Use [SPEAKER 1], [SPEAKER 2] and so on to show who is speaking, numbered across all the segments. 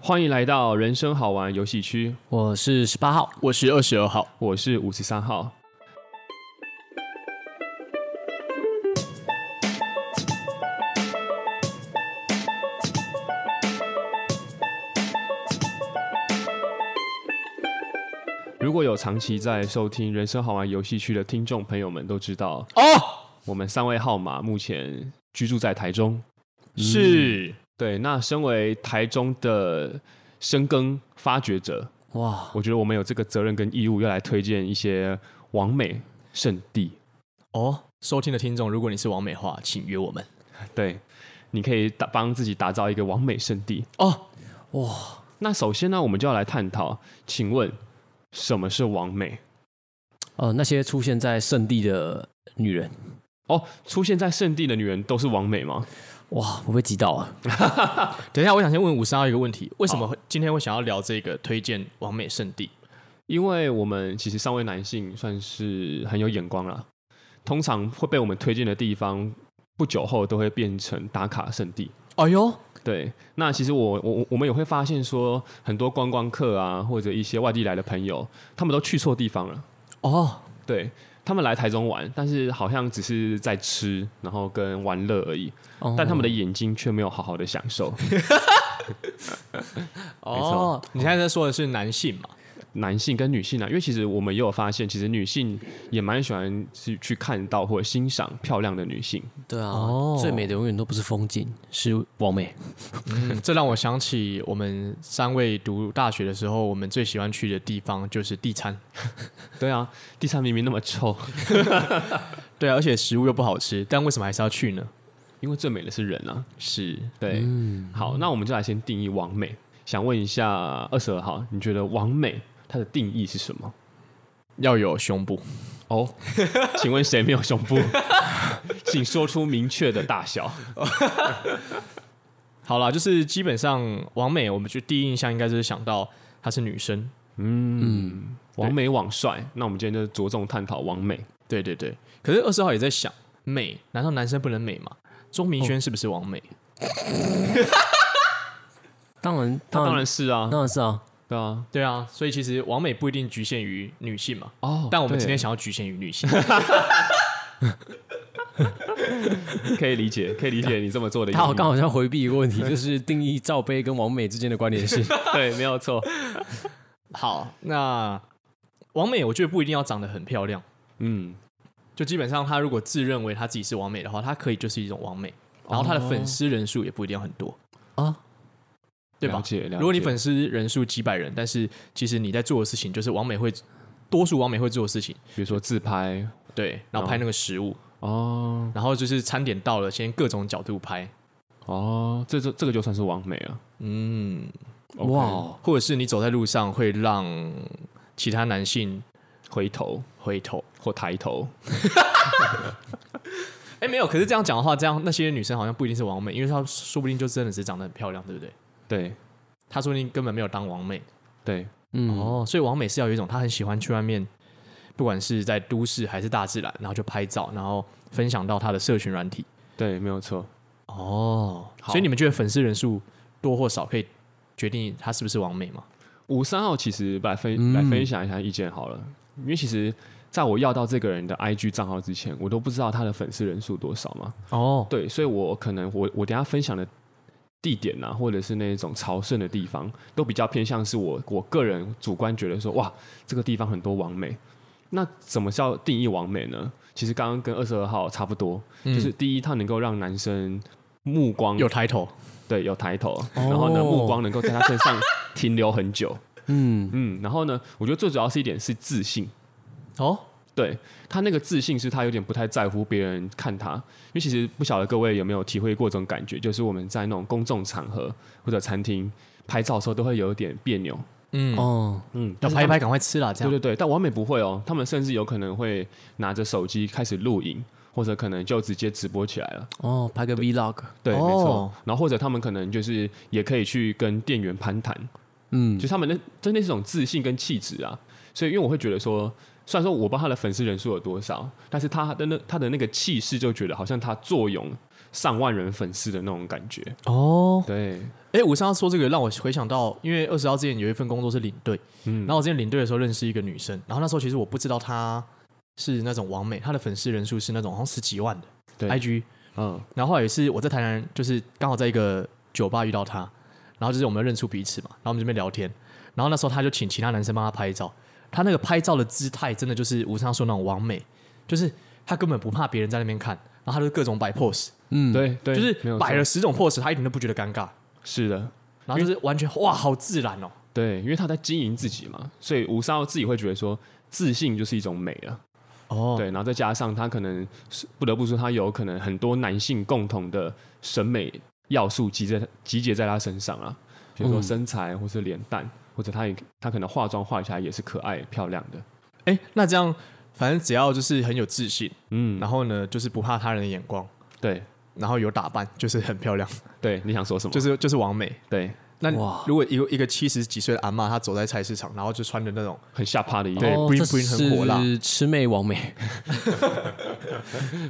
[SPEAKER 1] 欢迎来到人生好玩游戏区，
[SPEAKER 2] 我是十八号，
[SPEAKER 3] 我是二十二号，
[SPEAKER 1] 我是五十三号。如果有长期在收听《人生好玩游戏区》的听众朋友们都知道，
[SPEAKER 3] 哦，
[SPEAKER 1] 我们三位号码目前居住在台中。
[SPEAKER 3] 是
[SPEAKER 1] 对，那身为台中的深耕发掘者，
[SPEAKER 2] 嗯哇
[SPEAKER 1] 我觉得我们有这个责任跟义务要来推荐一些完美圣地。
[SPEAKER 3] 哦。收听的听众，如果你是王美话，请约我们
[SPEAKER 1] 对，你可以打帮自己打造一个完美圣地。
[SPEAKER 3] 哦。
[SPEAKER 1] 那首先呢，我们就要来探讨，请问什么是完美？
[SPEAKER 2] 呃，那些出现在圣地的女人，
[SPEAKER 1] 哦，出现在圣地的女人都是完美吗？
[SPEAKER 2] 哇，我被击到啊！
[SPEAKER 3] 等一下，我想先问五十二一个问题：为什么会今天会想要聊这个推荐完美圣地？
[SPEAKER 1] 因为我们其实三位男性算是很有眼光了，通常会被我们推荐的地方，不久后都会变成打卡圣地。
[SPEAKER 3] 哎呦，
[SPEAKER 1] 对，那其实我我我我们也会发现说，很多观光客啊，或者一些外地来的朋友，他们都去错地方了。
[SPEAKER 3] 哦，
[SPEAKER 1] 对他们来台中玩，但是好像只是在吃，然后跟玩乐而已，
[SPEAKER 2] 哦
[SPEAKER 1] 但他们的眼睛却没有好好的享受。
[SPEAKER 3] 哦，你现在在说的是男性嘛？
[SPEAKER 1] 男性跟女性啊，因为其实我们也有发现，其实女性也蛮喜欢去去看到或者欣赏漂亮的女性。
[SPEAKER 2] 对啊，
[SPEAKER 3] 哦
[SPEAKER 2] 最美的永远都不是风景，是完美。
[SPEAKER 3] 嗯，这让我想起我们三位读大学的时候，我们最喜欢去的地方就是地餐。
[SPEAKER 1] 对啊，第三明明那么臭，
[SPEAKER 3] 对啊，而且食物又不好吃，但为什么还是要去呢？
[SPEAKER 1] 因为最美的是人啊。
[SPEAKER 3] 是嗯
[SPEAKER 1] 对，好，那我们就来先定义完美。想问一下二十二号，你觉得完美它的定义是什么？
[SPEAKER 3] 要有胸部。
[SPEAKER 1] 哦，请问谁没有胸部？ 请说出明确的大小。
[SPEAKER 3] 好啦，就是基本上王美，我们就第一印象应该就是想到她是女生。
[SPEAKER 1] 王美网帅，那我们今天就着重探讨王美。
[SPEAKER 3] 对对对，可是二十号也在想，美难道男生不能美吗？钟明轩是不是王美？
[SPEAKER 2] 当然，
[SPEAKER 1] 那
[SPEAKER 2] 当然，
[SPEAKER 1] 当然是啊，
[SPEAKER 2] 当然是啊，
[SPEAKER 1] 对啊。
[SPEAKER 3] 对啊，所以其实王美不一定局限于女性嘛。
[SPEAKER 1] 哦
[SPEAKER 3] 但我们今天想要局限于女性。
[SPEAKER 1] 可以理解，可以理解你这么做的原
[SPEAKER 2] 他
[SPEAKER 1] 因。
[SPEAKER 2] 好刚好像回避一个问题，就是定义罩杯跟完美之间的关 联性。
[SPEAKER 1] 对，没有错。
[SPEAKER 3] 好，那王美我觉得不一定要长得很漂亮，
[SPEAKER 1] 嗯，
[SPEAKER 3] 就基本上她如果自认为她自己是王美的话，她可以就是一种王美。
[SPEAKER 1] 哦
[SPEAKER 3] 然后她的粉丝人数也不一定要很多
[SPEAKER 2] 啊，
[SPEAKER 3] 对吧
[SPEAKER 1] 了？解了解
[SPEAKER 3] 如果你粉丝人数几百人，但是其实你在做的事情就是王美会多数王美会做的事情，
[SPEAKER 1] 比如说自拍
[SPEAKER 3] 对，然后拍那个食物，
[SPEAKER 1] 哦
[SPEAKER 3] 然后就是餐点到了，先各种角度拍，
[SPEAKER 1] 哦，这这这个就算是完美了。
[SPEAKER 3] 嗯，
[SPEAKER 1] OK
[SPEAKER 2] 哇哦，
[SPEAKER 3] 或者是你走在路上会让其他男性
[SPEAKER 1] 回头
[SPEAKER 3] 回头。
[SPEAKER 1] 或抬头，
[SPEAKER 3] 哎，没有，可是这样讲的话，这样那些女生好像不一定是完美，因为她说不定就真的只是长得很漂亮，对不对？
[SPEAKER 1] 对
[SPEAKER 3] 她说不定根本没有当完美。
[SPEAKER 1] 对，
[SPEAKER 2] 嗯，
[SPEAKER 3] 哦，所以王美是要有一种她很喜欢去外面，不管是在都市还是大自然，然后就拍照，然后分享到她的社群软体。
[SPEAKER 1] 对，没有错。
[SPEAKER 3] 哦，
[SPEAKER 1] 好
[SPEAKER 3] 所以你们觉得粉丝人数多或少可以决定她是不是完美吗？
[SPEAKER 1] 五三号其实来分、
[SPEAKER 2] 嗯
[SPEAKER 1] 来分享一下意见好了，因为其实在我要到这个人的 IG 账号之前，我都不知道他的粉丝人数多少嘛。
[SPEAKER 3] 哦，
[SPEAKER 1] 对，所以我可能我我等一下分享的地点啊，或者是那种朝圣的地方，都比较偏向是我我个人主观觉得说，哇，这个地方很多完美。那怎么叫定义完美呢？其实刚刚跟二十二号差不多，就是第一，它能够让男生目光
[SPEAKER 3] 有抬头，
[SPEAKER 1] 对有抬头，
[SPEAKER 3] 哦
[SPEAKER 1] 然后呢，目光能够在他身上停留很 久。
[SPEAKER 2] 嗯，
[SPEAKER 1] 嗯，然后呢，我觉得最主要是一点是自信。
[SPEAKER 3] 哦，
[SPEAKER 1] 对他那个自信是他有点不太在乎别人看他，因为其实不晓得各位有没有体会过这种感觉，就是我们在那种公众场合或者餐厅拍照的时候都会有点别扭，
[SPEAKER 3] 嗯，
[SPEAKER 2] 哦，
[SPEAKER 1] 嗯，
[SPEAKER 3] 要拍一拍，赶快吃啦，这
[SPEAKER 1] 对
[SPEAKER 3] 样。
[SPEAKER 1] 对对，但完美不会哦，他们甚至有可能会拿着手机开始录影，或者可能就直接直播起来了，
[SPEAKER 2] 哦，拍个 vlog，
[SPEAKER 1] 对，
[SPEAKER 3] 哦
[SPEAKER 1] 没错，然后或者他们可能就是也可以去跟店员攀谈，
[SPEAKER 2] 嗯
[SPEAKER 1] 就，他们那真的是一种自信跟气质啊。所以，因为我会觉得说，虽然说我不知道他的粉丝人数有多少，但是他的那他的那个气势就觉得好像他坐拥上万人粉丝的那种感觉。
[SPEAKER 3] 哦，
[SPEAKER 1] 对，
[SPEAKER 3] 哎，我上次说这个让我回想到，因为二十号之前有一份工作是领队，
[SPEAKER 1] 嗯
[SPEAKER 3] 然后我之前领队的时候认识一个女生，然后那时候其实我不知道她是那种完美，她的粉丝人数是那种好像十几万的，
[SPEAKER 1] 对
[SPEAKER 3] IG，
[SPEAKER 1] 嗯，
[SPEAKER 3] 然后后来也是我在台南，就是刚好在一个酒吧遇到他，然后就是我们认出彼此嘛，然后我们这边聊天，然后那时候他就请其他男生帮他拍照，他那个拍照的姿态真的就是吴昌说那种完美，就是他根本不怕别人在那边看，然后他就各种摆 pose，
[SPEAKER 2] 嗯，
[SPEAKER 1] 对对，
[SPEAKER 3] 就是
[SPEAKER 1] 没有
[SPEAKER 3] 摆
[SPEAKER 1] 错
[SPEAKER 3] 了十种 pose，他一点都不觉得尴尬，
[SPEAKER 1] 是的，
[SPEAKER 3] 然后就是完全哇好自然哦，
[SPEAKER 1] 对，因为他在经营自己嘛，所以吴少自己会觉得说，自信就是一种美啊。
[SPEAKER 3] 哦，
[SPEAKER 1] 对，然后再加上他可能是不得不说，他有可能很多男性共同的审美要素集在集结在他身上啊，比如说
[SPEAKER 2] 嗯
[SPEAKER 1] 身材，或是脸蛋，或者他也他可能化妆化起来也是可爱漂亮的。
[SPEAKER 3] 哎，那这样反正只要就是很有自信，
[SPEAKER 1] 嗯，
[SPEAKER 3] 然后呢就是不怕他人的眼光，
[SPEAKER 1] 对
[SPEAKER 3] 然后有打扮，就是很漂亮，
[SPEAKER 1] 对，你想说什么？
[SPEAKER 3] 就是就是完美。
[SPEAKER 1] 对，
[SPEAKER 3] 那
[SPEAKER 2] 哇
[SPEAKER 3] 如果一个一个七十几岁的阿嬷，她走在菜市场，然后就穿的那种，
[SPEAKER 1] 很下趴的一
[SPEAKER 3] 对
[SPEAKER 1] 个，
[SPEAKER 2] 哦，
[SPEAKER 3] ，bling
[SPEAKER 2] 这
[SPEAKER 3] bling 很火辣
[SPEAKER 2] 是魑魅魍 魍，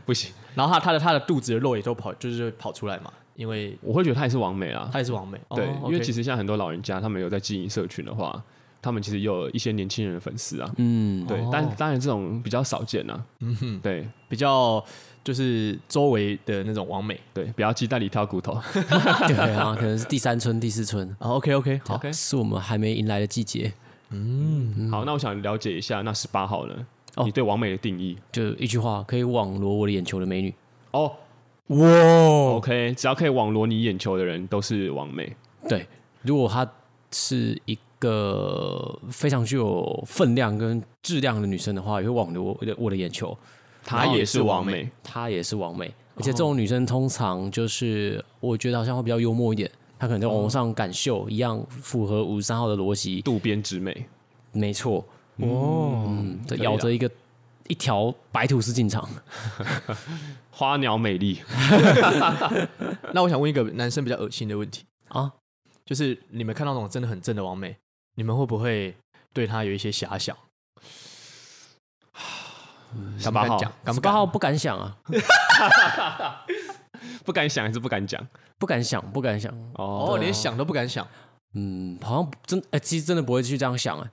[SPEAKER 1] 不行，
[SPEAKER 3] 然后她她的她的肚子的肉也都跑，就是跑出来嘛，因为
[SPEAKER 1] 我会觉得他也是完美啊。
[SPEAKER 3] 她也是完美。哦
[SPEAKER 1] 对，因为其
[SPEAKER 3] 实
[SPEAKER 1] 实现在很多老人家他们有在经营社群的话，他们其实也有一些年轻人的粉丝啊。
[SPEAKER 2] 嗯，
[SPEAKER 1] 对，
[SPEAKER 3] 哦
[SPEAKER 1] 但当然这种比较少见啊。嗯哼，对
[SPEAKER 3] 比较就是周围的那种完美。
[SPEAKER 1] 对，不要鸡蛋里挑骨头。
[SPEAKER 2] 对啊，可能是第三春、第四春，
[SPEAKER 3] 啊，OK OK，好，
[SPEAKER 1] OK
[SPEAKER 2] 是我们还没迎来的季节，
[SPEAKER 1] 好，那我想了解一下，那十八号呢？
[SPEAKER 2] 哦
[SPEAKER 1] 你对完美的定义？
[SPEAKER 2] 就一句话，可以网罗我的眼球的美女，
[SPEAKER 1] 哦、
[SPEAKER 3] 哇哦
[SPEAKER 1] o，k 只要可以网罗你眼球的人都是完美。
[SPEAKER 2] 对，如果她是一个非常具有分量跟质量的女生的话，也会网罗我的我的眼球，
[SPEAKER 1] 她也是完美，
[SPEAKER 2] 她也是完美，而
[SPEAKER 3] 哦
[SPEAKER 2] 且这种女生通常就是我觉得好像会比较幽默一点，她可能在网络上敢秀，一样符合五十三号的逻辑，
[SPEAKER 1] 渡边直美。
[SPEAKER 2] 没错，
[SPEAKER 3] 哦，
[SPEAKER 2] 嗯，
[SPEAKER 1] 可以啊
[SPEAKER 2] 咬
[SPEAKER 1] 啦
[SPEAKER 2] 着一个一条白吐司进场，
[SPEAKER 1] 花鸟美丽，
[SPEAKER 3] 那我想问一个男生比较恶心的问题
[SPEAKER 2] 啊，
[SPEAKER 3] 就是你们看到那种真的很正的完美，你们会不会对她有一些遐想？
[SPEAKER 1] 十八号
[SPEAKER 3] 敢不敢讲？敢
[SPEAKER 2] 十
[SPEAKER 3] 不
[SPEAKER 2] 八
[SPEAKER 3] 敢？
[SPEAKER 2] 号不敢想啊，
[SPEAKER 1] 不敢想还是不敢讲？
[SPEAKER 2] 不敢想，不敢想。
[SPEAKER 1] 哦，
[SPEAKER 3] 哦，连想都不敢想。
[SPEAKER 2] 嗯，好像真哎、其实真的不会去这样想啊，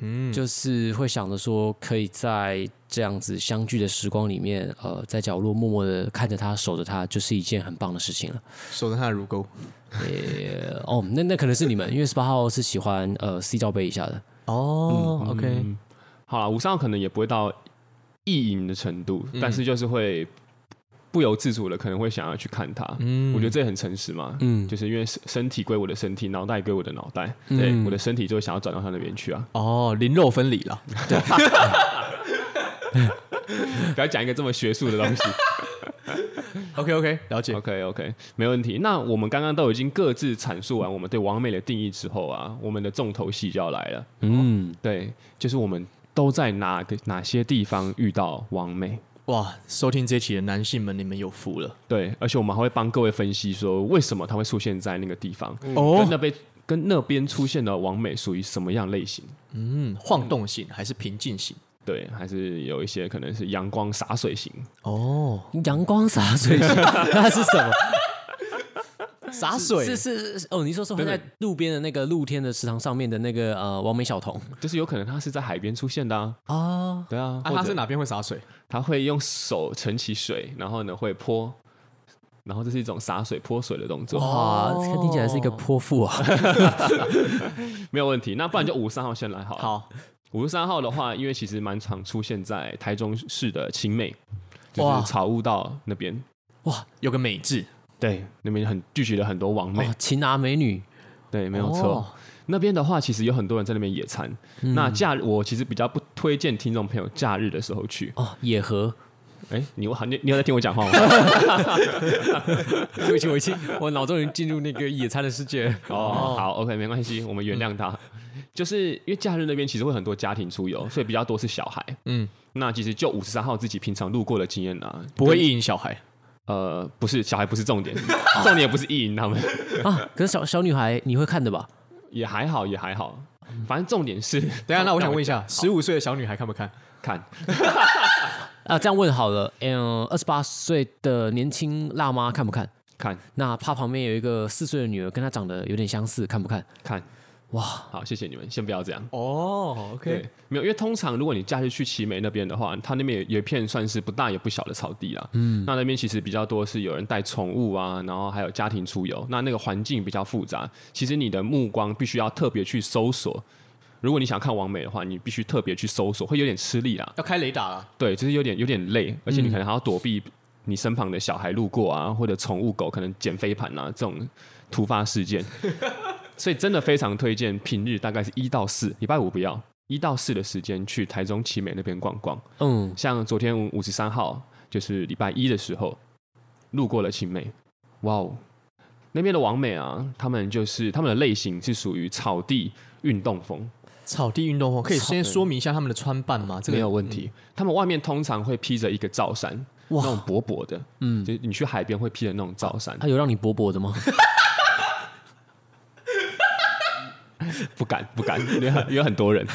[SPEAKER 3] 嗯，
[SPEAKER 2] 就是会想着说，可以在这样子相聚的时光里面，呃，在角落默默的看着他，守着他，就是一件很棒的事情了。
[SPEAKER 3] 守着她的乳沟。
[SPEAKER 2] 呃哦，那那可能是你们，因为十八号是喜欢呃 C 罩杯以下的，
[SPEAKER 3] 哦，OK，
[SPEAKER 1] 嗯好了，五三号可能也不会到意淫的程度，
[SPEAKER 3] 嗯
[SPEAKER 1] 但是就是会不由自主的可能会想要去看他。
[SPEAKER 3] 嗯
[SPEAKER 1] 我觉得这也很诚实嘛，
[SPEAKER 2] 嗯
[SPEAKER 1] 就是因为身身体归我的身体，脑袋归我的脑袋，
[SPEAKER 2] 嗯
[SPEAKER 1] 对，我的身体就会想要转到他那边去啊。
[SPEAKER 3] 哦，灵肉分离了。
[SPEAKER 1] 不要讲一个这么学术的 东西。
[SPEAKER 3] OK OK，了解。
[SPEAKER 1] OK OK，没问题。那我们刚刚都已经各自阐述完我们对完美的定义之后啊，我们的重头戏就要来了。
[SPEAKER 2] 嗯，
[SPEAKER 1] 对，就是我们都在哪个哪些地方遇到完美？
[SPEAKER 3] 哇，收听这期的男性们，你们有福了
[SPEAKER 1] 对，而且我们还会帮各位分析说，为什么它会出现在那个地方，跟
[SPEAKER 3] 哦。
[SPEAKER 1] 那边跟那边出现的完美属于什么样类型？
[SPEAKER 3] 嗯，晃动型还是平静型？
[SPEAKER 1] 对，还是有一些可能是阳光洒水型，
[SPEAKER 3] 哦，
[SPEAKER 2] 阳光洒水型，那是什么？
[SPEAKER 3] 洒水
[SPEAKER 2] 是是是哦，你说是会在路边的那个露天的池塘上面的那个呃完美小童
[SPEAKER 1] 就是有可能它是在海边出现的啊。
[SPEAKER 2] 啊，
[SPEAKER 1] 对啊，
[SPEAKER 3] 啊，
[SPEAKER 1] 或
[SPEAKER 3] 他
[SPEAKER 1] 者
[SPEAKER 3] 是哪边会洒水？
[SPEAKER 1] 他会用手盛起水，然后呢会泼，然后这是一种洒水泼水的动作，
[SPEAKER 2] 哇，
[SPEAKER 3] 哦
[SPEAKER 2] 这个听起来是一个泼妇啊，
[SPEAKER 1] 没有问题。那不然就五十三号先来好了。，
[SPEAKER 3] 好，
[SPEAKER 1] 五十三号的话，因为其实蛮常出现在台中市的青美，就
[SPEAKER 3] 哇
[SPEAKER 1] 是草悟道那边，
[SPEAKER 3] 哇，哦有个美字，
[SPEAKER 1] 对，那边很聚集了很多网美，
[SPEAKER 2] 哦，擒拿美女，
[SPEAKER 1] 对，没有错。
[SPEAKER 3] 哦嗯
[SPEAKER 1] 那边的话，其实有很多人在那边野餐。那假日我其实比较不推荐听众朋友假日的时候去。
[SPEAKER 2] 哦，野河，
[SPEAKER 1] 哎、你我你你有在听我讲 话吗？
[SPEAKER 2] 对不起，我已经我脑中已经进入那个野餐的世界了。
[SPEAKER 1] 哦，好，OK，没关系，我们原谅他。
[SPEAKER 3] 嗯
[SPEAKER 1] 就是因为假日那边其实会很多家庭出游，所以比较多是小孩。
[SPEAKER 3] 嗯，
[SPEAKER 1] 那其实就五十三号自己平常路过的经验啊，
[SPEAKER 3] 不会意淫小孩。
[SPEAKER 1] 呃，不是小孩不是重点， 重点也不是意淫他们，
[SPEAKER 2] 啊！可是小小女孩你会看的吧？
[SPEAKER 1] 也还好，也还好。反正重点是，
[SPEAKER 3] 等一下，那我想问一下，十五岁的小女孩看不看？
[SPEAKER 1] 看
[SPEAKER 2] 啊，这样问好了，嗯，二十八岁的年轻辣妈看不看？
[SPEAKER 1] 看
[SPEAKER 2] 那她旁边有一个四岁的女儿，跟她长得有点相似，看不看？
[SPEAKER 1] 看，
[SPEAKER 2] 哇，
[SPEAKER 1] 好，谢谢你们，先不要这样。
[SPEAKER 3] 哦，OK，
[SPEAKER 1] 对，没有，因为通常如果你假日去奇美那边的话，它那边有有一片算是不大也不小的草地啦。嗯，那那边其实比较多是有人带宠物啊，然后还有家庭出游，那那个环境比较复杂，其实你的目光必须要特别去搜索。如果你想看完美的话，你必须特别去搜索，会有点吃力啦。
[SPEAKER 3] 要开雷达了。
[SPEAKER 1] 对，就是有点有点累，而且你可能还要躲避你身旁的小孩路过啊，或者宠物狗可能捡飞盘啊这种突发事件，所以真的非常推荐平日大概是一到四，礼拜五不要一到四的时间去台中奇美那边逛逛。
[SPEAKER 2] 嗯，
[SPEAKER 1] 像昨天五十三号就是礼拜一的时候，路过了青美，哇哦，那边的王美啊，他们就是他们的类型是属于草地运动风，
[SPEAKER 3] 草地运动哦风可以先说明一下他们的穿扮吗？这个
[SPEAKER 1] 没有问题。嗯他们外面通常会披着一个罩衫，
[SPEAKER 2] 哇
[SPEAKER 1] 那种薄薄的，嗯，啊就是你去海边会披的那种罩衫，
[SPEAKER 2] 啊她有让你薄薄的吗？
[SPEAKER 1] 不敢不敢，因为很因为很多 人，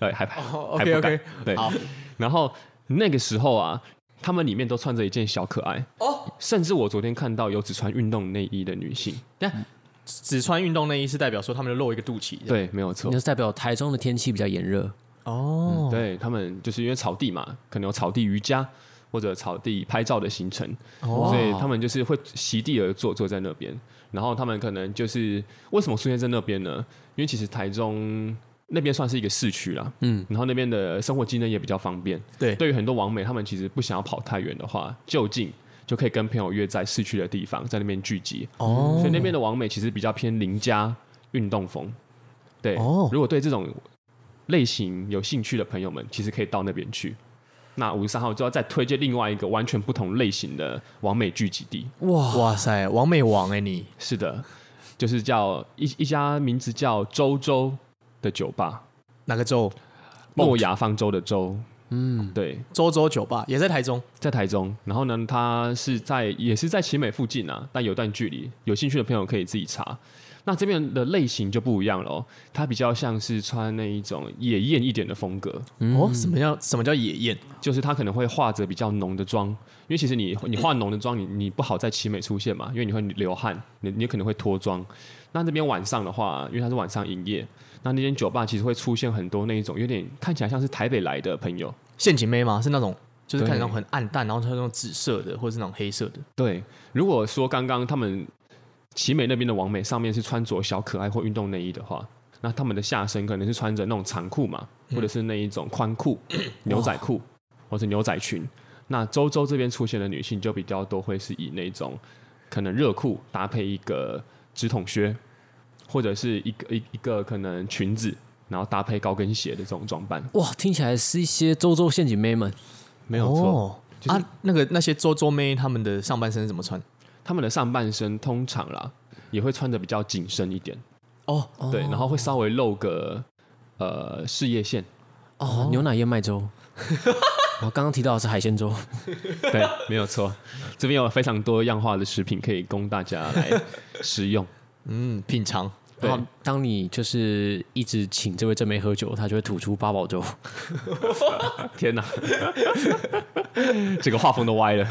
[SPEAKER 1] 对，害怕，
[SPEAKER 3] 哦
[SPEAKER 1] 还
[SPEAKER 3] ，OK
[SPEAKER 1] 不敢
[SPEAKER 3] OK，
[SPEAKER 1] 对
[SPEAKER 3] 好，
[SPEAKER 1] 然后那个时候啊，他们里面都穿着一件小可爱
[SPEAKER 3] 哦，
[SPEAKER 1] 甚至我昨天看到有只穿运动内衣的女性，
[SPEAKER 2] 哎
[SPEAKER 3] 只穿运动内衣是代表说他们就露一个肚脐。
[SPEAKER 1] 对，没有错
[SPEAKER 2] 那，是代表台中的天气比较炎热，
[SPEAKER 3] 哦，
[SPEAKER 1] 对他们就是因为草地嘛，可能有草地瑜伽或者草地拍照的行程，
[SPEAKER 3] 哦
[SPEAKER 1] 所以他们就是会席地而坐，坐在那边。然后他们可能就是为什么出现在那边呢？因为其实台中那边算是一个市区啦，嗯，然后那边的生活机能也比较方便。
[SPEAKER 3] 对
[SPEAKER 1] 对于很多网美，他们其实不想要跑太远的话，就近就可以跟朋友约在市区的地方，在那边聚集。
[SPEAKER 3] 哦
[SPEAKER 1] 所以那边的网美其实比较偏邻家运动风。对，
[SPEAKER 3] 哦
[SPEAKER 1] 如果对这种类型有兴趣的朋友们，其实可以到那边去。那五十三号就要再推荐另外一个完全不同类型的网美聚集地。
[SPEAKER 2] 哇，
[SPEAKER 3] 嗯哇塞，王美王哎你
[SPEAKER 1] 是的，就是叫一一家名字叫周周的酒吧，
[SPEAKER 3] 哪个州？
[SPEAKER 1] 诺亚方舟的周。嗯，对，
[SPEAKER 3] 周周酒吧也在台中。
[SPEAKER 1] 在台中。然后呢，它是在也是在奇美附近啊，但有段距离。有兴趣的朋友可以自己查。那这边的类型就不一样了哦，它比较像是穿那一种野艳一点的风格，
[SPEAKER 3] 哦，什么叫什么叫野宴？
[SPEAKER 1] 就是它可能会化着比较浓的妆，因为其实你你化浓的妆，你你不好在奇美出现嘛，因为你会流汗，你你可能会脱妆。那那边晚上的话，因为它是晚上营业，那那间酒吧其实会出现很多那一种有点看起来像是台北来的朋友，
[SPEAKER 3] 陷阱妹吗？是那种就是看起来那
[SPEAKER 1] 对
[SPEAKER 3] 种很暗淡，然后它那种紫色的，或者是那种黑色的。
[SPEAKER 1] 对，如果说刚刚他们奇美那边的王美上面是穿着小可爱或运动内衣的话，那他们的下身可能是穿着那种长裤嘛，或者是那一种宽裤、牛仔裤或者牛仔裙。那周周这边出现的女性就比较多，会是以那种可能热裤搭配一个直筒靴，或者是一个一一个可能裙子，然后搭配高跟鞋的这种装扮，
[SPEAKER 2] 哇，听起来是一些周周陷阱妹们，
[SPEAKER 1] 没
[SPEAKER 3] 没
[SPEAKER 1] 有错。就是
[SPEAKER 3] 啊，那个那些周周妹她们的上半身是怎么穿？
[SPEAKER 1] 他们的上半身通常啦也会穿的比较紧身一点。
[SPEAKER 3] 哦，
[SPEAKER 1] 对，然后会稍微露个呃事业 线，
[SPEAKER 2] 哦，牛奶燕麦粥。我刚刚提到的是海鲜粥，
[SPEAKER 1] 对，没有错。这边有非常多样化的食品可以供大家来食 用。
[SPEAKER 3] 嗯，品尝。
[SPEAKER 1] 对
[SPEAKER 2] 然后当你就是一直请这位正妹喝酒，她就会吐出八 宝粥。
[SPEAKER 1] 天哪， 这个画风都歪 了。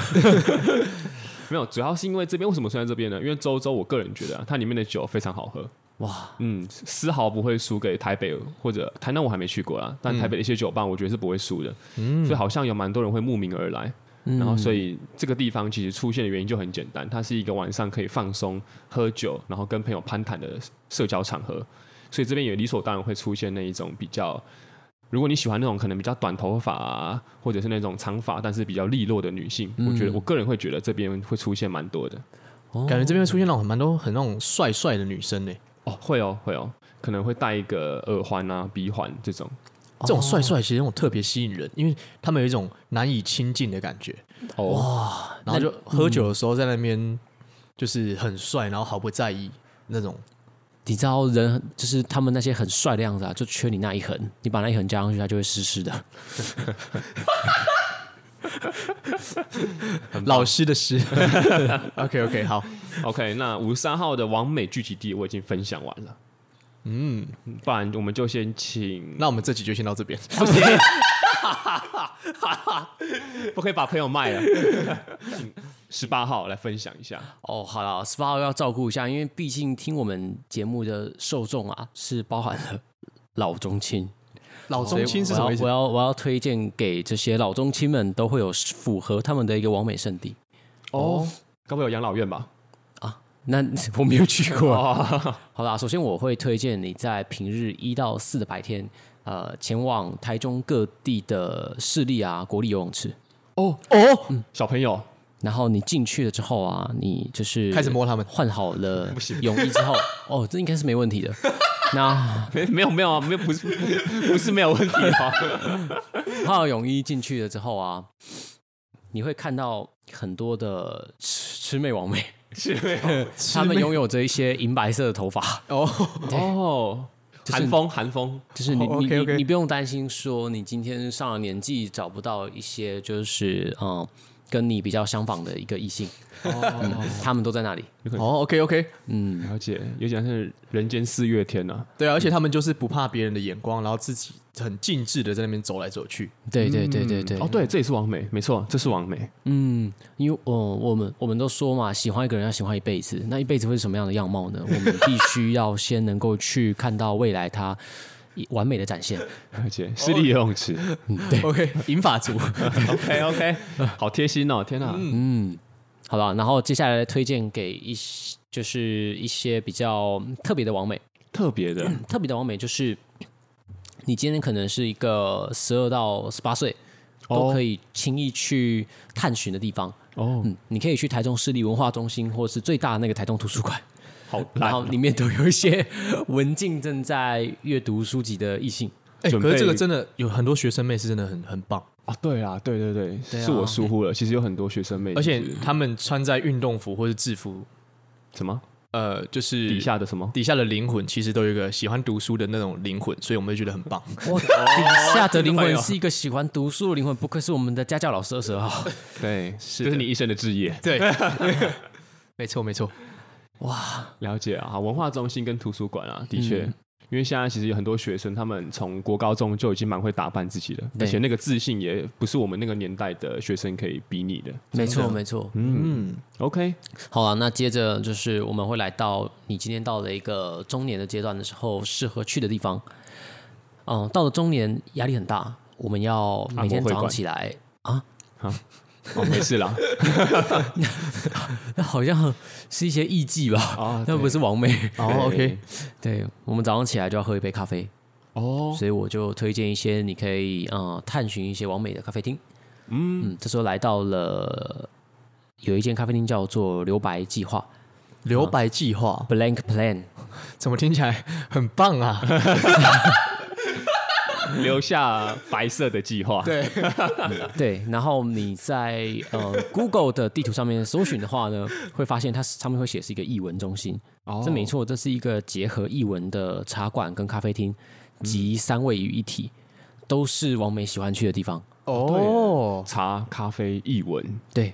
[SPEAKER 1] 没有，主要是因为这边为什么算在这边呢？因为周周，我个人觉得、啊、它里面的酒非常好喝，
[SPEAKER 2] 哇，
[SPEAKER 1] 嗯，丝毫不会输给台北或者台南，我还没去过啦。但台北的一些酒吧，我觉得是不会输的。所以好像有蛮多人会慕名而来。然后，所以这个地方其实出现的原因就很简单，它是一个晚上可以放松、喝酒，然后跟朋友攀谈的社交场合。所以这边也理所当然会出现那一种比较，如果你喜欢那种可能比较短头发啊，或者是那种长发但是比较利落的女性，我觉得我个人会觉得这边会出现蛮多的。
[SPEAKER 3] 感觉这边会出现那种很蛮多很那种帅帅的女生欸呢、
[SPEAKER 1] 哦，会哦，会哦，可能会戴一个耳环啊、鼻环这种。
[SPEAKER 2] 哦
[SPEAKER 3] 这种帅帅其实那种特别吸引人，因为他们有一种难以亲近的感觉。
[SPEAKER 1] 哦，
[SPEAKER 3] 然后就喝酒的时候在那边就是很帅，然后毫不在意那种。
[SPEAKER 2] 你知道人就是他们那些很帅的样子啊，就缺你那一横，你把那一横加上去，它就会湿湿 的。
[SPEAKER 3] 老师的 师。OK OK，好，
[SPEAKER 1] OK，那五十三号的完美聚集地我已经分享完了，
[SPEAKER 3] 嗯，
[SPEAKER 1] 不然我们就先请
[SPEAKER 3] 那我们这集就先到这边。
[SPEAKER 1] 不行，不可以把朋友卖了。 十八号来分享一下，
[SPEAKER 2] 哦，好了，十八号要照顾一下，因为毕竟听我们节目的受众啊，是包含了老中青。
[SPEAKER 3] 老
[SPEAKER 2] 所以
[SPEAKER 3] 中青 是什么意思
[SPEAKER 2] 我？要我要我要推荐给这些老中青们，都会有符合他们的一个完美圣地
[SPEAKER 1] 哦，该不会有养老院吧？
[SPEAKER 2] 啊。那 我没有去过。啊
[SPEAKER 1] 哦，
[SPEAKER 2] 好啦，首先我会推荐你在平日一到四的白天，呃，前往台中各地的市立啊、国立游泳池。
[SPEAKER 3] 哦
[SPEAKER 1] 小朋友，
[SPEAKER 2] 然后你进去了之后啊，你就是
[SPEAKER 3] 开始摸他们
[SPEAKER 2] 换好了泳衣之 后，哦，这应该是没问题的。那
[SPEAKER 1] 没没有没有啊，没有不是不是没有问题 啊。
[SPEAKER 2] 换好泳衣进去了之后啊，你会看到很多的魑魑魅魍魍
[SPEAKER 1] 是没有
[SPEAKER 2] 魍魉， 他们拥有着一些银白色的头发，
[SPEAKER 3] 哦，
[SPEAKER 1] 哦，
[SPEAKER 2] 是
[SPEAKER 1] 寒风寒风
[SPEAKER 2] 就是你、
[SPEAKER 3] 哦
[SPEAKER 2] 你
[SPEAKER 3] OK，OK
[SPEAKER 2] 你你不用担心说你今天上了年纪找不到一些就是嗯跟你比较相仿的一个异性，嗯他们都在那里。
[SPEAKER 3] 哦，OK OK，
[SPEAKER 2] 嗯，
[SPEAKER 1] 了解，有点像是人间四月天呐。
[SPEAKER 3] 对啊，而且他们就是不怕别人的眼光，然后自己很静致的在那边走来走去。
[SPEAKER 2] 对对对对对。
[SPEAKER 1] 哦，对，这也是王美，没错，这是王美。
[SPEAKER 2] 嗯，因为哦，我们我们都说嘛，喜欢一个人要喜欢一辈子，那一辈子会是什么样的样貌呢？我们必须要先能够去看到未来他一完美的展现。
[SPEAKER 1] 了
[SPEAKER 2] 哦
[SPEAKER 1] 解，私立游泳池。
[SPEAKER 3] OK，银 发族
[SPEAKER 1] OK OK，好 贴心哦，天哪！
[SPEAKER 2] 好了，然后接下来推荐给一些就是一些比较特别的完美，
[SPEAKER 1] 特别的，
[SPEAKER 2] 特别的完美就是你今天可能是一个十二到十八岁都
[SPEAKER 1] 哦
[SPEAKER 2] 可以轻易去探寻的地方。
[SPEAKER 1] 哦，
[SPEAKER 2] 嗯，你可以去台中市立文化中心，或是最大的那个台中图书 馆。
[SPEAKER 1] 好
[SPEAKER 2] 然
[SPEAKER 1] 烂
[SPEAKER 2] 后
[SPEAKER 1] 哦。
[SPEAKER 2] 里面都有一些文静正在阅读书籍的 异性。
[SPEAKER 3] 哎，
[SPEAKER 1] 准
[SPEAKER 3] 可是这个
[SPEAKER 1] 备
[SPEAKER 3] 真的有很多学生妹是真的很很棒，
[SPEAKER 1] 啊，对啊，对对对，
[SPEAKER 2] 对啊
[SPEAKER 1] 是我疏忽了。其实有很多学生妹，
[SPEAKER 3] 而
[SPEAKER 1] 就
[SPEAKER 3] 且
[SPEAKER 1] 是
[SPEAKER 3] 他们穿在运动服或是制服，
[SPEAKER 1] 什么
[SPEAKER 3] 呃，就是
[SPEAKER 1] 底下的什么
[SPEAKER 3] 底下的灵魂其实都有一个喜欢读书的那种灵魂，所以我们会觉得很 棒。
[SPEAKER 2] 哇，底下的灵
[SPEAKER 1] 这个朋
[SPEAKER 2] 魂
[SPEAKER 1] 友
[SPEAKER 2] 是一个喜欢读书的灵魂，不愧是我们的家教老师二十二 号。
[SPEAKER 1] 对，
[SPEAKER 3] 是
[SPEAKER 1] 这是
[SPEAKER 3] 的
[SPEAKER 1] 你一生的志业。
[SPEAKER 3] 对，没错没错，
[SPEAKER 1] 了解啊，好文化中心跟图书馆啊，的确。因为现在其实有很多学生，他们从国高中就已经蛮会打扮自己了，而
[SPEAKER 2] 对
[SPEAKER 1] 且那个自信也不是我们那个年代的学生可以比拟的。
[SPEAKER 2] 没错，没错。
[SPEAKER 3] 嗯，
[SPEAKER 1] OK，
[SPEAKER 2] 好啊，那接着就是我们会来到你今天到了一个中年的阶段的时候，适合去的地方。嗯，到了中年压力很大，我们要每天
[SPEAKER 1] 按摩会
[SPEAKER 2] 早上
[SPEAKER 1] 馆
[SPEAKER 2] 起来，
[SPEAKER 1] 哦，没事啦。
[SPEAKER 2] 那好像是一些艺伎吧？
[SPEAKER 1] 啊，
[SPEAKER 2] 那不是完美。
[SPEAKER 3] 哦
[SPEAKER 1] 对
[SPEAKER 3] OK，
[SPEAKER 2] 对，我们早上起来就要喝一杯咖啡。
[SPEAKER 1] 哦，
[SPEAKER 2] 所以我就推荐一些你可以呃探寻一些完美的咖啡厅。
[SPEAKER 1] 嗯，
[SPEAKER 2] 嗯，这时候来到了有一间咖啡厅叫做留白计划
[SPEAKER 3] 留白计划
[SPEAKER 2] （Blank Plan）。
[SPEAKER 3] 怎么听起来很棒啊？
[SPEAKER 1] 留下白色的计划。对，
[SPEAKER 2] 对，然后你在呃 Google 的地图上面搜寻的话呢，会发现它上面会写是一个译文中心。
[SPEAKER 1] 哦
[SPEAKER 2] 这没错，这是一个结合译文的茶馆跟咖啡厅，集三位于一体，都是王美喜欢去的地方。
[SPEAKER 3] 哦，
[SPEAKER 1] 茶、咖啡、译文。
[SPEAKER 2] 对，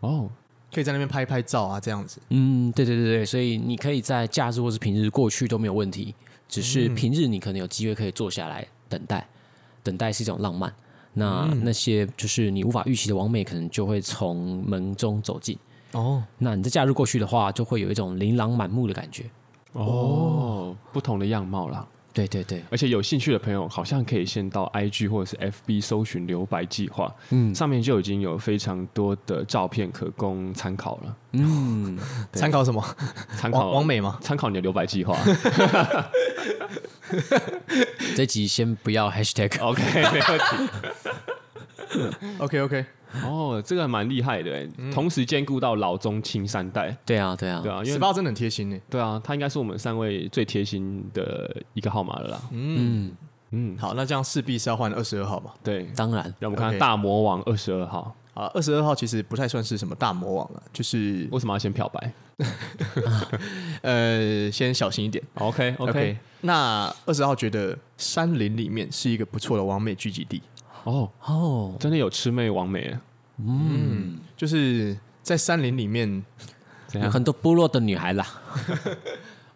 [SPEAKER 1] 哦，
[SPEAKER 3] 可以在那边拍拍照啊，这样子。
[SPEAKER 2] 嗯，对对对对，所以你可以在假日或是平日过去都没有问题，只是平日你可能有机会可以坐下来等待，等待是一种浪漫。那、那些就是你无法预期的完美，可能就会从门中走进。
[SPEAKER 3] 哦，
[SPEAKER 2] 那你在假日过去的话，就会有一种琳琅满目的感觉。
[SPEAKER 1] 哦，不同的样貌啦。
[SPEAKER 2] 对对对，
[SPEAKER 1] 而且有兴趣的朋友，好像可以先到 IG 或者是 FB 搜寻“留白计划”，
[SPEAKER 2] 嗯
[SPEAKER 1] 上面就已经有非常多的照片可供参考了。
[SPEAKER 2] 嗯，
[SPEAKER 3] 参考什么？
[SPEAKER 1] 参考啊
[SPEAKER 3] 王王，美吗？
[SPEAKER 1] 参考你的留白计 划。
[SPEAKER 2] 这集先不要 hashtag。
[SPEAKER 1] OK，没问题。
[SPEAKER 3] OK OK，
[SPEAKER 1] 哦，这个蛮厉害的欸，
[SPEAKER 3] 嗯
[SPEAKER 1] 同时兼顾到老中青三代。
[SPEAKER 2] 对啊对啊，
[SPEAKER 1] 对啊，因
[SPEAKER 3] 十
[SPEAKER 1] 为
[SPEAKER 3] 八真的很贴心呢。
[SPEAKER 1] 对啊，他应该是我们三位最贴心的一个号码了啦。
[SPEAKER 2] 嗯，
[SPEAKER 1] 嗯，
[SPEAKER 3] 好，那这样势必是要换二十二号嘛？
[SPEAKER 1] 对，
[SPEAKER 2] 当然，
[SPEAKER 1] 让我们看看
[SPEAKER 3] OK
[SPEAKER 1] 大魔王二十二号
[SPEAKER 3] 啊，二十二号其实不太算是什么大魔王了，就是
[SPEAKER 1] 为什么要先漂白
[SPEAKER 3] 呃，先小心一点。
[SPEAKER 1] ？OK OK，
[SPEAKER 3] 那二十号觉得山林里面是一个不错的完美聚集地，
[SPEAKER 1] 哦，
[SPEAKER 2] 哦，
[SPEAKER 1] 真的有魑魅魍魉，
[SPEAKER 3] 就是在山林里面
[SPEAKER 1] 怎
[SPEAKER 2] 有
[SPEAKER 1] 样？
[SPEAKER 2] 很多部落的女孩啦，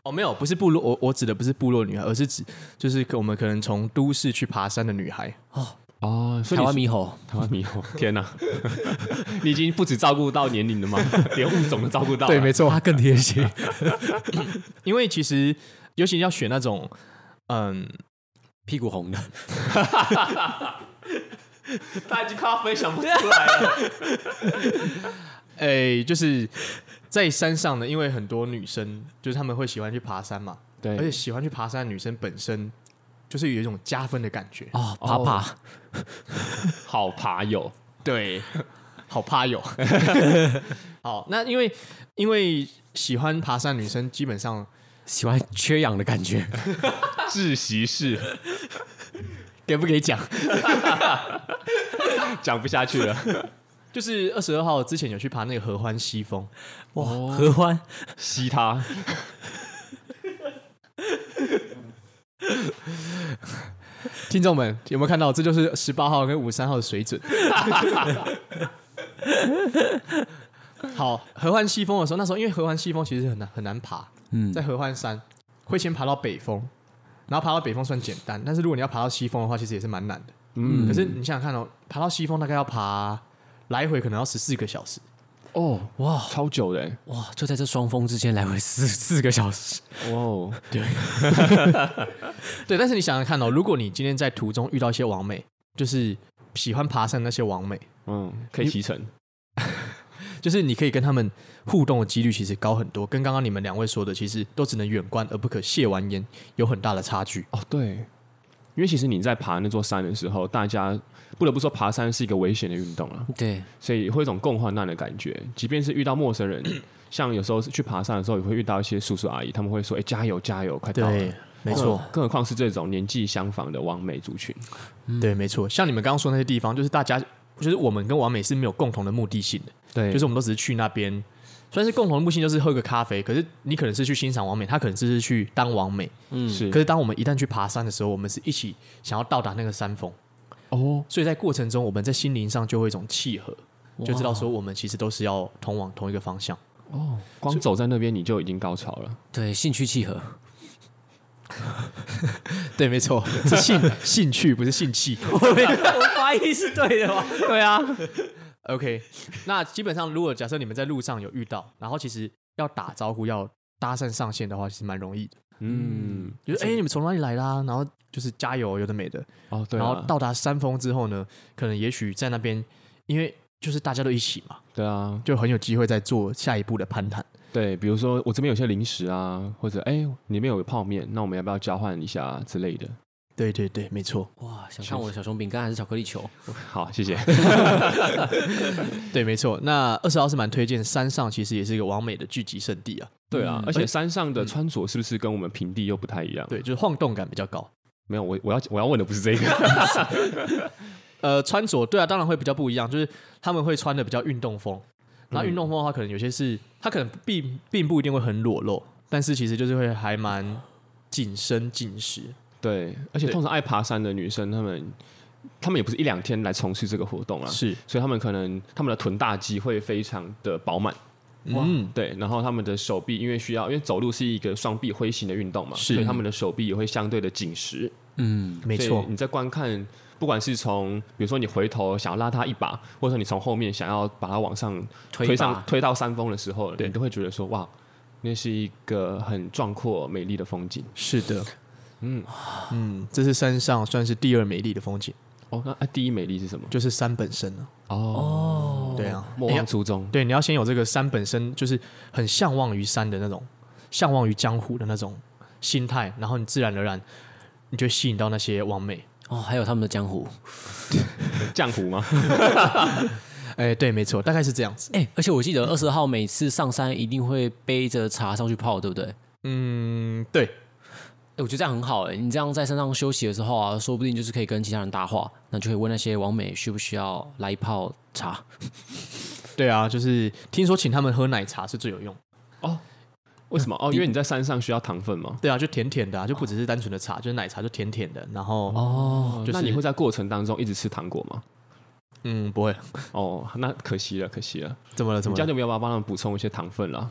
[SPEAKER 3] 哦，没有，不是部落，我我指的不是部落女孩，而是指就是可我们可能从都市去爬山的女孩。
[SPEAKER 1] 哦，所以
[SPEAKER 2] 台
[SPEAKER 1] 你
[SPEAKER 2] 湾猕猴，
[SPEAKER 1] 台湾猕猴，天哪、 你已经不止照顾到年龄了吗？ 连物种都照顾到了。
[SPEAKER 3] 对，没错，
[SPEAKER 2] 它更贴心。
[SPEAKER 3] 因为其实尤其要选那种，嗯，
[SPEAKER 2] 屁股红的，
[SPEAKER 1] 他已经快要分享不出来了。
[SPEAKER 3] 诶、哎就是在山上呢，因为很多女生就是她们会喜欢去爬山嘛，而
[SPEAKER 2] 哎
[SPEAKER 3] 且
[SPEAKER 1] 对，
[SPEAKER 3] 喜欢去爬山的女生本身就是有一种加分的感觉，
[SPEAKER 2] 哦，爬爬，
[SPEAKER 1] 好爬友，
[SPEAKER 3] 对，好怕有。好，那因为因为喜欢爬山的女生基本上
[SPEAKER 2] 喜欢缺氧的感觉，
[SPEAKER 1] 窒息式，
[SPEAKER 2] 给不给讲？
[SPEAKER 1] 讲不下去了。
[SPEAKER 3] 就是二十二号之前有去爬那个合欢西峰，
[SPEAKER 2] 哇，合欢
[SPEAKER 1] 吸他，
[SPEAKER 3] 听众们有没有看到？这就是十八号跟五三号的水准。好，合欢西峰的时候，那时候因为合欢西峰其实很难很难爬，
[SPEAKER 2] 嗯
[SPEAKER 3] 在合欢山会先爬到北峰，然后爬到北峰算简单，但是如果你要爬到西峰的话，其实也是蛮难的。嗯，可是你想想看哦，爬到西峰大概要爬来回可能要十四个小时，
[SPEAKER 1] 哦，哇，超久的欸，
[SPEAKER 2] 哇，就在这双峰之间来回四 四个小时，
[SPEAKER 1] 哇哦，
[SPEAKER 3] 对，但是你想想看哦，如果你今天在途中遇到一些王美，就是喜欢爬山的那些王美，
[SPEAKER 1] 嗯，可以骑乘，
[SPEAKER 3] 就是你可以跟他们互动的几率其实高很多，跟刚刚你们两位说的，其实都只能远观而不可亵玩焉，有很大的差距。
[SPEAKER 1] 哦，对，因为其实你在爬那座山的时候，大家不得不说，爬山是一个危险的运动啊，
[SPEAKER 2] 对，
[SPEAKER 1] 所以会有一种共患难的感觉。即便是遇到陌生 人，像有时候去爬山的时候，也会遇到一些叔叔阿姨，他们会说：“哎、加油，加油，快到了。”，哦
[SPEAKER 3] 没错，
[SPEAKER 1] 更何况是这种年纪相仿的完美族群。嗯
[SPEAKER 3] 对，没错。像你们刚刚说那些地方，就是大家，就是我们跟王美是没有共同的目的性的，
[SPEAKER 1] 对
[SPEAKER 3] 就是我们都只是去那边。虽然是共同的目的性，就是喝个咖啡，可是你可能是去欣赏王美，他可能是去当王美。
[SPEAKER 1] 嗯，是
[SPEAKER 3] 可是当我们一旦去爬山的时候，我们是一起想要到达那个山峰，
[SPEAKER 1] 哦，
[SPEAKER 3] 所以在过程中，我们在心灵上就会有一种契合，就知道说我们其实都是要通往同一个方向。
[SPEAKER 1] 光走在那边你就已经高潮了。
[SPEAKER 2] 对，兴趣契合，
[SPEAKER 3] 对，没错，是兴兴趣，不是兴气。
[SPEAKER 2] 我我发音是对的吗？
[SPEAKER 3] 对啊。OK，那基本上，如果假设你们在路上有遇到，然后其实要打招呼、要搭讪上线的话，其实蛮容易的。
[SPEAKER 1] 嗯，
[SPEAKER 3] 就是哎、诶你们从哪里来啦？然后就是加油，有的没的。
[SPEAKER 1] 哦，对、啊，
[SPEAKER 3] 然后到达山峰之后呢，可能也许在那边，因为就是大家都一起嘛，
[SPEAKER 1] 对啊，
[SPEAKER 3] 就很有机会再做下一步的攀谈。
[SPEAKER 1] 对，比如说我这边有些零食啊，或者哎、你那边有泡面，那我们要不要交换一下之类的？
[SPEAKER 3] 对对对，没错，
[SPEAKER 2] 哇，想看我的小熊饼干还是巧克力球？
[SPEAKER 1] 好，谢谢。
[SPEAKER 3] 嗯对没错。那二十号是蛮推荐，山上其实也是一个完美的聚集圣地啊。
[SPEAKER 1] 对啊，
[SPEAKER 2] 嗯
[SPEAKER 1] 而且山上的穿着是不是跟我们平地又不太一样？，
[SPEAKER 3] 对，就是晃动感比较高。
[SPEAKER 1] 没有，我我要我要问的不是这个。
[SPEAKER 3] 呃，穿着对啊，当然会比较不一样，就是他们会穿的比较运动风。那运动风的话，可能有些是他可能并并不一定会很裸露，但是其实就是会还蛮紧身紧实。
[SPEAKER 1] 对，而且通常爱爬山的女生，她们她们也不是一两天来从事这个活动啊，
[SPEAKER 3] 是，
[SPEAKER 1] 所以她们可能她们的臀大肌会非常的饱满。
[SPEAKER 3] 嗯，
[SPEAKER 1] 对，然后他们的手臂因为需要，因为走路是一个双臂挥行的运动嘛，
[SPEAKER 3] 是
[SPEAKER 1] 所以他们的手臂也会相对的紧实。
[SPEAKER 2] 嗯，
[SPEAKER 3] 没
[SPEAKER 1] 所以
[SPEAKER 3] 错，
[SPEAKER 1] 你在观看，不管是从比如说你回头想要拉他一把，或者说你从后面想要把他往上
[SPEAKER 2] 推
[SPEAKER 1] 推
[SPEAKER 2] 吧
[SPEAKER 1] 上推到山峰的时候，
[SPEAKER 3] 对
[SPEAKER 1] 你都会觉得说哇，那是一个很壮阔美丽的风景。
[SPEAKER 3] 是的，
[SPEAKER 1] 嗯
[SPEAKER 3] 嗯，这是山上算是第二美丽的风景，
[SPEAKER 1] 哦，那、啊、第一美丽是什么？
[SPEAKER 3] 就是山本身了、
[SPEAKER 1] 哦，
[SPEAKER 2] 哦，
[SPEAKER 3] 对啊，
[SPEAKER 1] 莫
[SPEAKER 3] 哎呀
[SPEAKER 1] 忘初衷。
[SPEAKER 3] 对，你要先有这个山本身，就是很向往于山的那种，向往于江湖的那种心态，然后你自然而然你就会吸引到那些完美。
[SPEAKER 2] 哦，还有他们的江湖，
[SPEAKER 1] 浆糊吗？
[SPEAKER 3] 哎，对，没错，大概是这样子。
[SPEAKER 2] 哎、而且我记得二十号每次上山一定会背着茶上去泡，对不对？哎、
[SPEAKER 3] 嗯，对，
[SPEAKER 2] 我觉得这样很好哎、你这样在山上休息的时候啊，说不定就是可以跟其他人搭话，那就可以问那些王美需不需要来一泡茶。
[SPEAKER 3] 对啊，就是听说请他们喝奶茶是最有用。
[SPEAKER 1] 哦为什么？哦，因为你在山上需要糖分嘛。
[SPEAKER 3] 对啊，就甜甜的、啊，就不只是单纯的茶，就是奶茶就甜甜的。然后，
[SPEAKER 1] 哦
[SPEAKER 3] 就是
[SPEAKER 1] 那你会在过程当中一直吃糖果吗？
[SPEAKER 3] 嗯，不会，
[SPEAKER 1] 哦，那可惜了，可惜了，
[SPEAKER 3] 怎么了？怎
[SPEAKER 1] 你
[SPEAKER 3] 么
[SPEAKER 1] 这样
[SPEAKER 3] 了？
[SPEAKER 1] 就没有办法帮他们补充一些糖分了。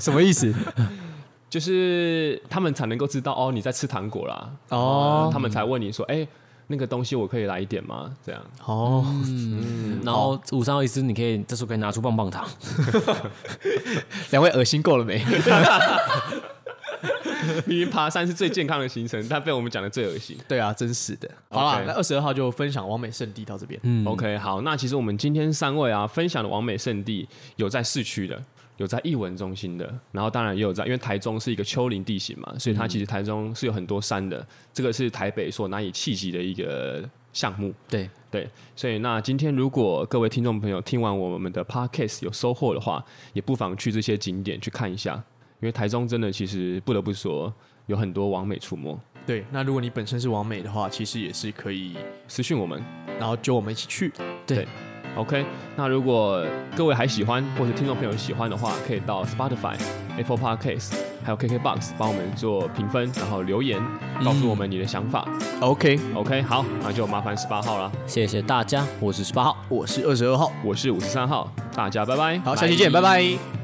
[SPEAKER 3] 什么意 思？
[SPEAKER 1] 就是他们才能够知道哦，你在吃糖果啦，
[SPEAKER 3] 哦
[SPEAKER 1] 他们才问你说，哎、那个东西我可以来一点吗？这样
[SPEAKER 3] 哦，
[SPEAKER 2] 嗯，然后五三二一四，你可以这时候可以拿出棒棒糖，
[SPEAKER 3] 两位恶心够了没？
[SPEAKER 1] 明明爬山是最健康的行程，但被我们讲的最恶心。
[SPEAKER 3] 对啊，真是的。好啦
[SPEAKER 1] OK
[SPEAKER 3] 那二十二号就分享完美圣地到这边。
[SPEAKER 2] 嗯
[SPEAKER 1] OK，好，那其实我们今天三位啊分享的完美圣地，有在市区的，有在艺文中心的，然后当然也有在，因为台中是一个丘陵地形嘛，所以它其实台中是有很多山的，这个是台北所难以企及的一个项目。
[SPEAKER 2] 对，
[SPEAKER 1] 对，所以那今天如果各位听众朋友听完我们的 podcast 有收获的话，也不妨去这些景点去看一下，因为台中真的其实不得不说有很多完美触摸。
[SPEAKER 3] 对，那如果你本身是完美的话，其实也是可以，
[SPEAKER 1] 私讯我们
[SPEAKER 3] 然后就我们一起去。
[SPEAKER 1] ，OK？那如果各位还喜欢，或者听众朋友喜欢的话，可以到 Spotify、Apple Podcast 还有 KKBox 帮我们做评分，然后留言告诉我们你的想法。
[SPEAKER 3] OK，
[SPEAKER 1] OK，好，那就麻烦十八号啦，
[SPEAKER 2] 谢谢大家，我是十八号。
[SPEAKER 3] 我是二十二号，
[SPEAKER 1] 我是五十三号，大家拜拜。
[SPEAKER 3] 好，下期见，拜拜